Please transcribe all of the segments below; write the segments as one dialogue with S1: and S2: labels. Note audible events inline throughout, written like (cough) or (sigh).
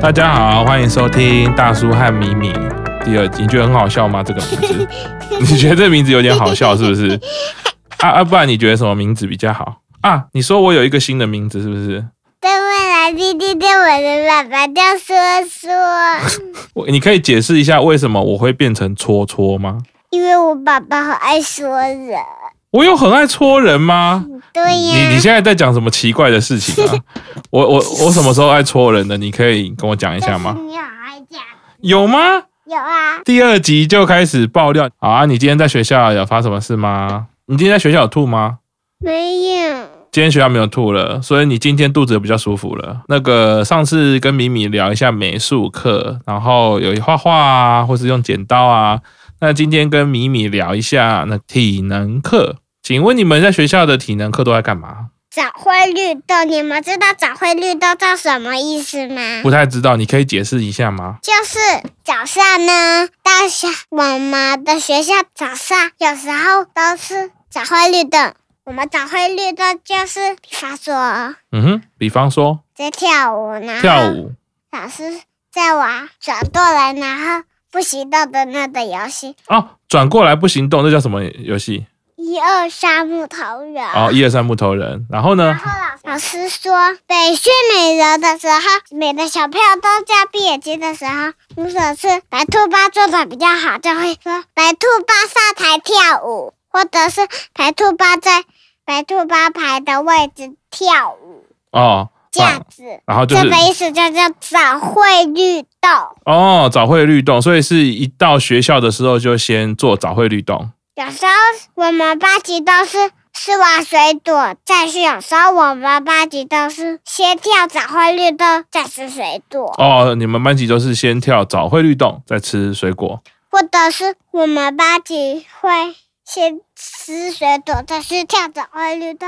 S1: 大家好，欢迎收听《大叔和米米》第二集。你觉得很好笑吗？这个名字？你觉得这名字有点好笑是不是？啊啊，不然你觉得什么名字比较好啊？你说我有一个新的名字是不是？
S2: 在未来听听听我的爸爸叫说说，
S1: 我你可以解释一下为什么我会变成戳戳吗？
S2: 因为我爸爸好爱说人。
S1: 我有很爱戳人吗？
S2: 对呀、
S1: 你你现在在讲什么奇怪的事情啊？我我我什么时候爱戳人的？你可以跟我讲一下
S2: 但 (laughs)
S1: 吗
S2: 是？你好爱讲，
S1: 有吗？
S2: 有啊，
S1: 第二集就开始爆料。好啊，你今天在学校有发生什么事吗？你今天在学校有吐吗？
S2: 没有，
S1: 今天学校没有吐了，所以你今天肚子比较舒服了。那个上次跟米米聊一下美术课，然后有画画啊，或是用剪刀啊。那今天跟米米聊一下那体能课，请问你们在学校的体能课都在干嘛？
S2: 找会绿豆，你们知道找会绿豆叫什么意思吗？
S1: 不太知道，你可以解释一下吗？
S2: 就是早上呢，大家我们的学校早上有时候都是早会绿豆，我们早会绿豆就是比方说
S1: 嗯哼，比方说
S2: 在跳舞，然后
S1: 跳舞，
S2: 老师在玩转过来，然后不行动的那个游戏，
S1: 哦，转过来不行动，这叫什么游戏？
S2: 一二三木头人。
S1: 哦，一二三木头人。然后呢
S2: 然？后老老师说，北训美人的时候，每个小朋友都叫闭眼睛的时候，如果是白兔八做的比较好，就会说白兔八上台跳舞，或者是白兔八在白兔八排的位置跳舞，
S1: 哦，
S2: 这样子。
S1: 然后就
S2: 这
S1: 是
S2: 个意思就叫早会律动，
S1: 哦，早会律动，所以是一到学校的时候就先做早会律动。
S2: 有时候我们班级都是是玩水躲，再是有时候我们班级都是先跳早会绿豆，再吃水躲，
S1: 哦，你们班级都是先跳早会律动，再吃水果。
S2: 或者是我们班级会先吃水躲，再去跳早会绿豆，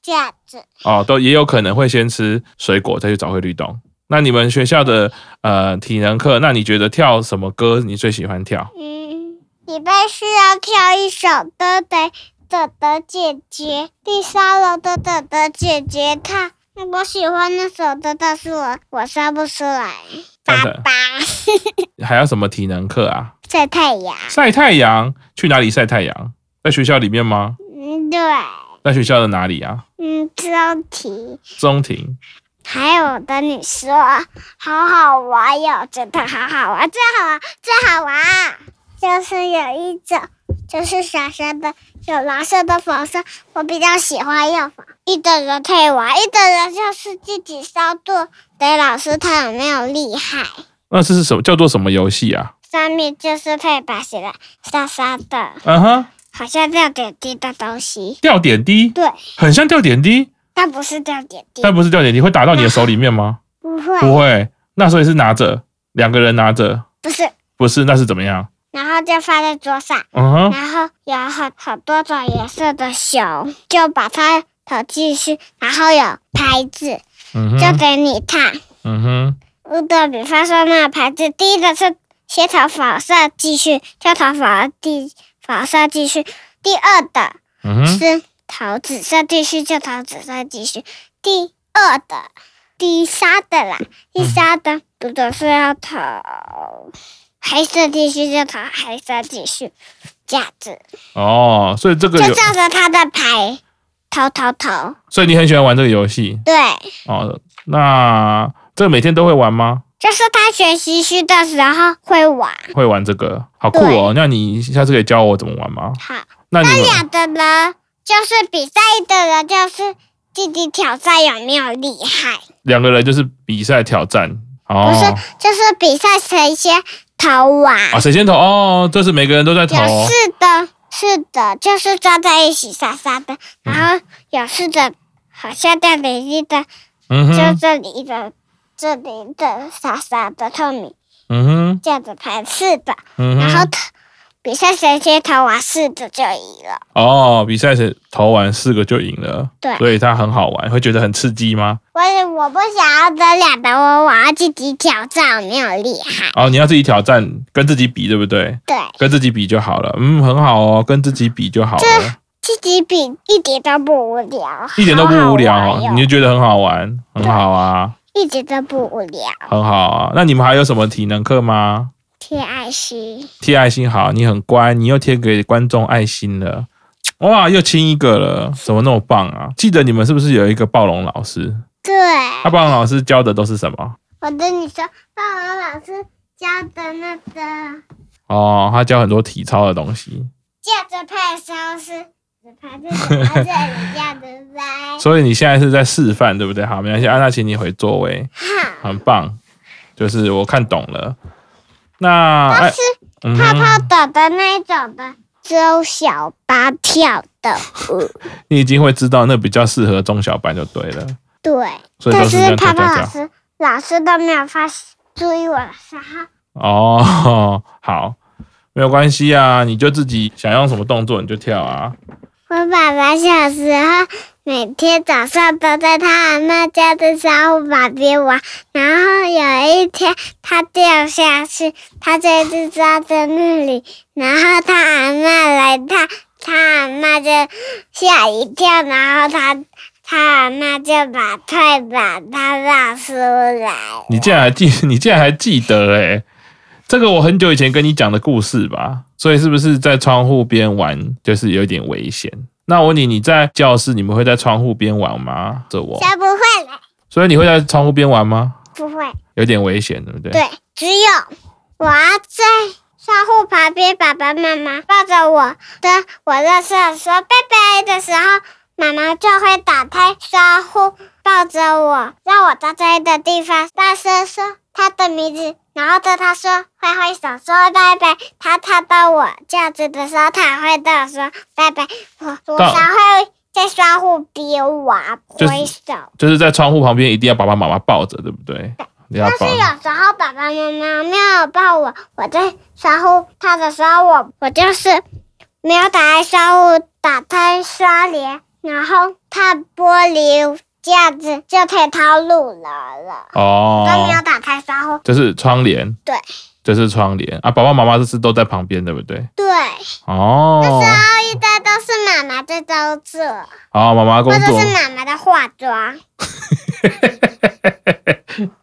S2: 这样子。
S1: 哦，都也有可能会先吃水果，再去早会律动。那你们学校的呃体能课，那你觉得跳什么歌你最喜欢跳？
S2: 嗯，你们需要跳一首《的的的的姐姐》，第三楼的的的姐姐她。我喜欢那首的，但是我我唱不出来。
S1: 真
S2: 爸
S1: 的
S2: 爸
S1: 还有什么体能课啊？
S2: 晒太阳。
S1: 晒太阳，去哪里晒太阳？在学校里面吗？
S2: 嗯，对，
S1: 在学校的哪里啊？
S2: 嗯，周题，
S1: 中庭。
S2: 还有的你说好好玩哟，真的好好玩，最好玩，最好玩，就是有一种，就是闪闪的，有蓝色的、粉色，我比较喜欢用粉。一等人可以玩，一等人就是自己烧做，得老师他有没有厉害。
S1: 那这是什么叫做什么游戏啊？
S2: 上面就是可以把起来，沙沙的，
S1: 嗯哼，
S2: 好像掉点滴的东西。
S1: 掉点滴，
S2: 对，
S1: 很像掉点滴，
S2: 但不是掉点滴，
S1: 但不是掉点滴会打到你的手里面吗？
S2: 不会，
S1: 不会，那所以是拿着两个人拿着，
S2: 不是，
S1: 不是那是怎么样？
S2: 然后就放在桌上。
S1: 嗯哼，
S2: 然后有很很多种颜色的熊，就把它投进去，然后有牌子，
S1: 嗯
S2: 就
S1: 哼，
S2: 给你看。
S1: 嗯哼，
S2: 如果比方说那个牌子，第一个是先投粉色继续，就投粉第粉色继续；第二的
S1: 嗯哼，
S2: 是投紫色继续，就投紫色继续；第二的、第三的
S1: 嗯
S2: 啦，第三的如果是要投黑色继续，就投黑色继续，这样子。
S1: 哦，所以这个
S2: 就
S1: 有，
S2: 照着他的牌投投投，
S1: 所以你很喜欢玩这个游戏
S2: 对，
S1: 哦。那这个每天都会玩吗？
S2: 就是他学习区的时候会玩。
S1: 会玩这个，好酷哦！那你下次可以教我怎么玩吗？
S2: 好，
S1: 那你
S2: 那
S1: 们
S2: 两的人就是比赛的人，就是自己挑战有没有厉害，
S1: 两个人就是比赛挑战
S2: 不是
S1: 哦，
S2: 就是比赛谁先投完。
S1: 啊，谁先投哦？这是每个人都在投
S2: 有
S1: 哦，
S2: 四的，四的，就是抓在一起傻傻
S1: 嗯
S2: 的，然后有四的，好像在美丽的，
S1: 嗯
S2: 就
S1: 哼，
S2: 这里的，这里的傻傻的透明，
S1: 嗯哼，
S2: 这样子排四的。
S1: 嗯
S2: 然后
S1: 哼，
S2: 他比赛谁先投完四啊的就赢了。
S1: 哦，比赛谁投完四个就赢了，
S2: 对
S1: 所以它很好玩，会觉得很刺激吗？
S2: 我我不想要这两的，我我要自己挑战，我没有厉害。
S1: 哦，你要自己挑战，跟自己比，对不对？
S2: 对，
S1: 跟自己比就好了，嗯，很好哦，跟自己比就好了，
S2: 自己比一点都不无聊，
S1: 一点都不无聊
S2: 好好玩
S1: 哦，
S2: 哟
S1: 你就觉得很好玩，很好啊。
S2: 一直都不无聊。
S1: 很好啊。那你们还有什么体能课吗？
S2: 贴爱心，
S1: 贴爱心好，你很乖，你又贴给观众爱心了，哇，又亲一个了，怎么那么棒啊？记得你们是不是有一个暴龙老师？
S2: 对，
S1: 那暴龙老师教的都是什么？
S2: 我跟你说，暴龙老师教的那个
S1: 哦，他教很多体操的东西，
S2: 架着拍的时候是只拍这里，拍这里，架着拍。
S1: 所以你现在是在示范，对不对？好，没关系，安娜，请你回座位，
S2: 好，
S1: 很棒，就是我看懂了。那
S2: 它
S1: 哎，
S2: 是
S1: 嗯
S2: 泡
S1: 哼，
S2: 泡澡的那一种的，只有小巴跳的舞。
S1: 你已经会知道那比较适合中小班就对了，
S2: 对，
S1: 所以都
S2: 但
S1: 是这样
S2: 泡
S1: 跳
S2: 泡
S1: 跳跳。
S2: 老师老师都没有发现注意我的时候，
S1: 哦， (laughs) 好，没有关系啊，你就自己想用什么动作你就跳啊。
S2: 我爸爸小时候每天早上都在他阿妈家的沙湖旁边玩，然后有一天他掉下去，他就一直抓在那里，然后他阿妈来他，他阿妈就吓一跳，然后他他阿妈就把腿把他拉出来。
S1: 你竟然还记， (laughs) 你竟然还记得哎、这个我很久以前跟你讲的故事吧。所以是不是在窗户边玩就是有点危险？那我问你，你在教室你们会在窗户边玩吗？这我，
S2: 才不会了，
S1: 所以你会在窗户边玩吗？
S2: 不会。
S1: 有点危险，对不对？
S2: 对，只有我要在窗户旁边，爸爸妈妈抱着我的我的手说拜拜的时候，妈妈就会打开窗户，抱着我，让我到这的地方大声说他的名字，然后对他说挥挥手说拜拜。他看到我这样子的时候，他还会对我说拜拜。我我
S1: 到
S2: 才会在窗户边玩
S1: 就是
S2: 挥手。
S1: 就是在窗户旁边一定要爸爸妈妈抱着，对不对？你要
S2: 但是
S1: 抱。
S2: 有时候爸爸妈妈没有抱我，我在窗户他的时候，我我就是没有打开窗户，打开窗帘，然后看玻璃，这样子就可以套路人了。都
S1: 哦
S2: 没，有打开窗户，
S1: 就是窗帘。
S2: 对。
S1: 就是窗帘啊，爸爸妈妈这次都在旁边，对不对？
S2: 对，
S1: 哦。
S2: 这一堆都是妈妈在操作，
S1: 好，哦妈妈工
S2: 或者
S1: 作，
S2: 是妈妈的化妆。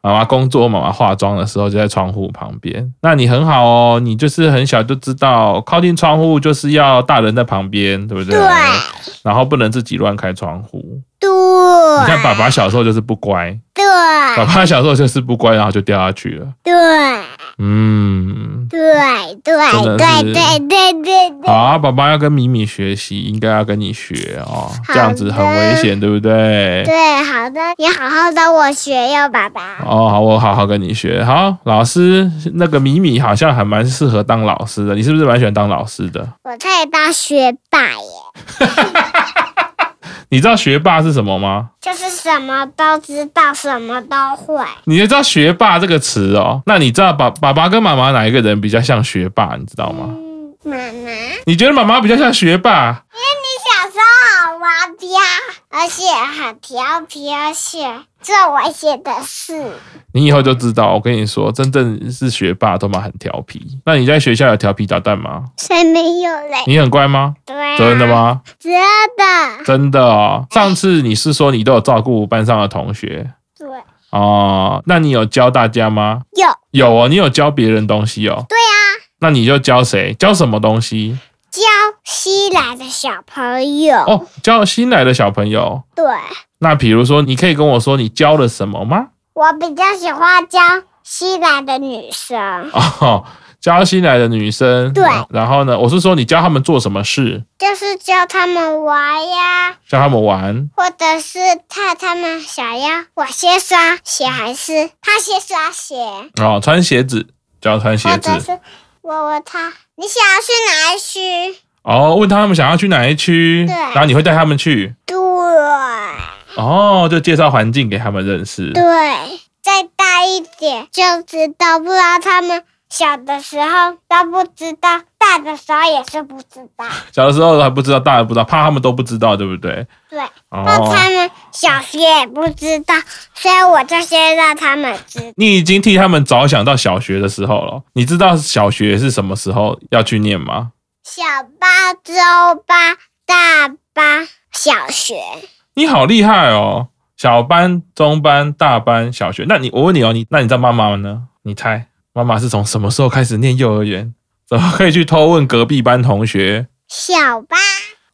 S1: 妈妈工作，妈妈化妆的时候就在窗户旁边。那你很好哦，你就是很小就知道靠近窗户就是要大人在旁边，对不对？
S2: 对
S1: 然后不能自己乱开窗户。
S2: 对，
S1: 你看爸爸小时候就是不乖，
S2: 对
S1: 爸爸小时候就是不乖，然后就掉下去了。
S2: 对
S1: 嗯，
S2: 对对
S1: 真的
S2: 对
S1: 是
S2: 对对对对
S1: 好。啊，爸爸要跟米米学习，应该要跟你学哦，这样子很危险，对不对？
S2: 对，好的，你好好的我学哟，爸爸。
S1: 哦，好，我好好跟你学。好，老师，那个米米好像还蛮适合当老师的，你是不是蛮喜欢当老师的？
S2: 我可以当学霸耶，
S1: 你知道学霸是什么吗？
S2: 就是什么都知道，什么都会。
S1: 你知道学霸这个词哦？那你知道爸爸爸跟妈妈哪一个人比较像学霸？你知道吗？
S2: 嗯，妈妈，你
S1: 你觉得妈妈比较像学霸？
S2: 小时候好顽皮啊，而且很调皮，而且做危险的事。
S1: 你以后就知道。我跟你说，真正是学霸都蛮很调皮。那你在学校有调皮捣蛋吗？
S2: 谁没有嘞？
S1: 你很乖吗？
S2: 对、啊，
S1: 真的？吗？
S2: 真 (laughs) 的，
S1: 真的哦。上次你是说你都有照顾班上的同学
S2: 对，
S1: 哦？那你有教大家吗？
S2: 有
S1: 有哦，你有教别人东西哦。
S2: 对啊，
S1: 那你就教谁？教什么东西？
S2: 教新来的小朋友，
S1: 哦，教新来的小朋友。
S2: 对
S1: 那比如说，你可以跟我说你教了什么吗？
S2: 我比较喜欢教新来的女生。
S1: 哦，教新来的女生。
S2: 对
S1: 然后呢，我是说你教他们做什么事，
S2: 就是教他们玩呀，
S1: 教他们玩。
S2: 或者是看他们想要我先刷鞋还是他先刷鞋，
S1: 哦，穿鞋子，教穿鞋
S2: 或
S1: 子
S2: 者。是我问他你想要去哪一区？
S1: 哦，问他们想要去哪一区，
S2: 对
S1: 然后你会带他们去。
S2: 对
S1: 哦，就介绍环境给他们认识。
S2: 对，再大一点就知道，不然他们小的时候都不知道，大的时候也是不知道。
S1: 小的时候还不知道，大了不知道，怕他们都不知道，对不对？
S2: 对，那
S1: 哦，
S2: 他们小学也不知道，所以我就先让他们知道。
S1: 你已经替他们着想到小学的时候了。你知道小学是什么时候要去念吗？
S2: 小巴、周巴、大巴、小学。
S1: 你好厉害哦！小班、中班、大班、小学。那你我问你哦，你那你知道妈妈呢？你猜妈妈是从什么时候开始念幼儿园？怎么可以去偷问隔壁班同学？
S2: 小吧，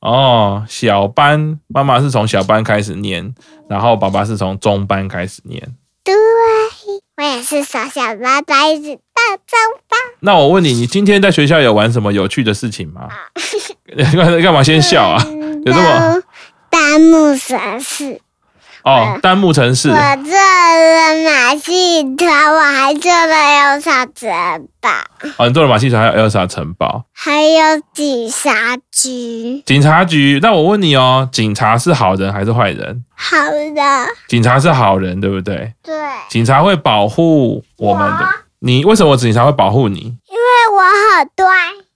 S1: 哦，小班妈妈是从小班开始念，然后爸爸是从中班开始念。
S2: 对，我也是从小吧吧一直到中吧。
S1: 那我问你，你今天在学校有玩什么有趣的事情吗？ (laughs) 干干嘛先笑啊？
S2: 嗯
S1: 有这么
S2: 弹幕神是，
S1: 哦，弹幕城市
S2: 我做了马戏团，我还做了油草城堡，
S1: 哦，你做了马戏团，还有 Elsa 城堡、
S2: 还有警察局。
S1: 警察局。那我问你哦，警察是好人还是坏人？
S2: 好的，
S1: 警察是好人，对不对？
S2: 对，
S1: 警察会保护我们的
S2: 哇。
S1: 你为什么警察会保护你？
S2: 对我很乖。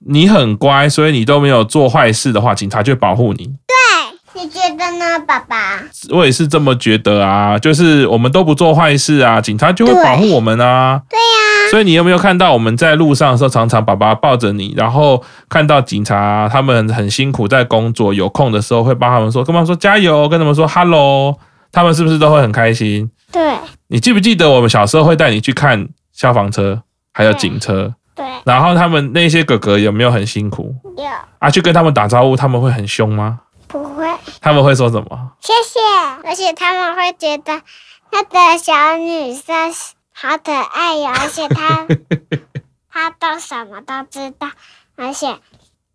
S1: 你很乖，所以你都没有做坏事的话，警察就会保护你。
S2: 哎你觉得呢，爸爸？
S1: 我也是这么觉得啊，就是我们都不做坏事啊，警察就会保护我们啊。对呀、所以你有没有看到我们在路上的时候，常常爸爸抱着你，然后看到警察他们很辛苦在工作，有空的时候会帮他们说，跟他们说加油，跟他们说 hello，他们是不是都会很开心？
S2: 对
S1: 你记不记得我们小时候会带你去看消防车，还有警车，
S2: 对，
S1: 然后他们那些哥哥有没有很辛苦
S2: 有
S1: 啊？去跟他们打招呼，他们会很凶吗？
S2: 不会？
S1: 他们会说什么？
S2: 谢谢。而且他们会觉得那个小女生好可爱
S1: (laughs)
S2: 哟，而且她她都什么都知道，而且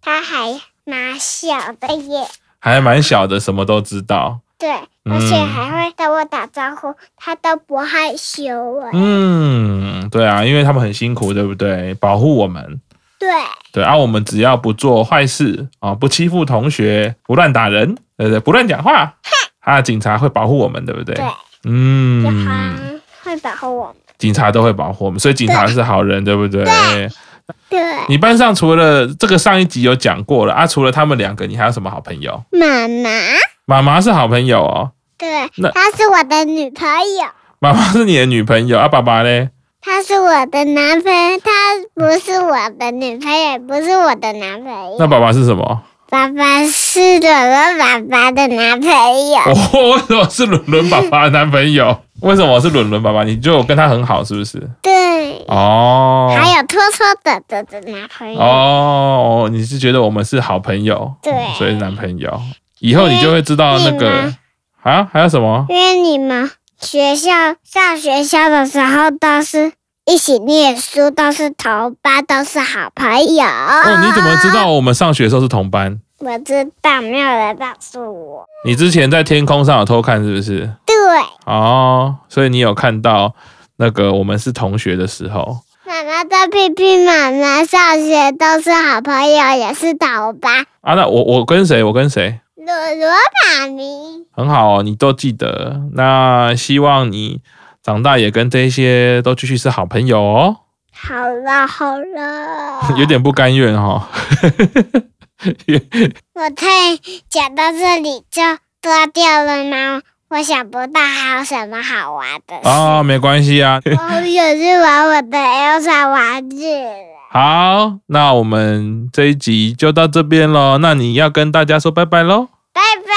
S2: 她还蛮小的耶。
S1: 还蛮小的，什么都知道。
S2: 对，
S1: 嗯
S2: 而且还会跟我打招呼，她都不害羞哎。
S1: 嗯，对啊，因为他们很辛苦，对不对？保护我们，
S2: 对，
S1: 对啊，我们只要不做坏事啊，不欺负同学，不乱打人，对不对？不乱讲话，啊，警察会保护我们，对不对？
S2: 对就
S1: 嗯，
S2: 还会保护我们。
S1: 警察都会保护我们，所以警察是好人，对不对？
S2: 对，
S1: 你班上除了这个上一集有讲过了啊，除了他们两个，你还有什么好朋友？
S2: 妈妈，
S1: 妈妈是好朋友哦，
S2: 对
S1: 那，
S2: 她是我的女朋友。
S1: 妈妈是你的女朋友啊，爸爸嘞？
S2: 他是我的男朋友，他不是我的女朋友，也不是我的男朋
S1: 那
S2: 友。
S1: 爸爸是什么？
S2: 爸爸是我的爸爸的男朋友，
S1: 哦，为什么是伦伦爸爸的男朋友？为什么是伦伦爸爸？你就跟他很好是不是？
S2: 对，
S1: 哦，
S2: 还有托托的的的男朋友。
S1: 哦，你是觉得我们是好朋友，
S2: 对
S1: 嗯所以是男朋友，以后你就会知道那
S2: 因为你
S1: 个
S2: 吗
S1: 啊，还有什么？
S2: 因为你们学校上学校的时候都是一起念书，都是同班，都是好朋友。
S1: 哦，
S2: 哦
S1: 你怎么知？道我们上学的时候是同班？
S2: 我知道，没有人告诉我。
S1: 你之前在天空上有偷看是不是？
S2: 对，
S1: 哦，所以你有看到那个我们是同学的时候，
S2: 妈妈跟屁屁妈妈上学都是好朋友，也是同班。
S1: 啊，那我我跟谁？我跟谁？
S2: 罗罗妈咪，
S1: 很好哦，你都记得。那希望你长大也跟这些都继续是好朋友哦。，
S2: 好了好了
S1: (laughs) 有点不甘愿哦。
S2: 我太讲到这里就断掉了吗？我想不到还有什么好玩的事。
S1: 啊、没关系啊。
S2: 我好想去玩我的 Elsa 玩具了，
S1: 好，那我们这一集就到这边喽。那你要跟大家说拜拜喽，
S2: 拜拜。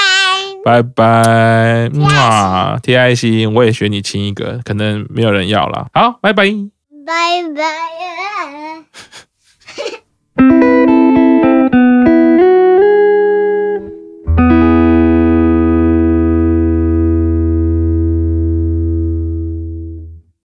S1: 拜拜，哇，贴爱心，我也学你亲一个，可能没有人要了。好，拜拜。
S2: 拜拜。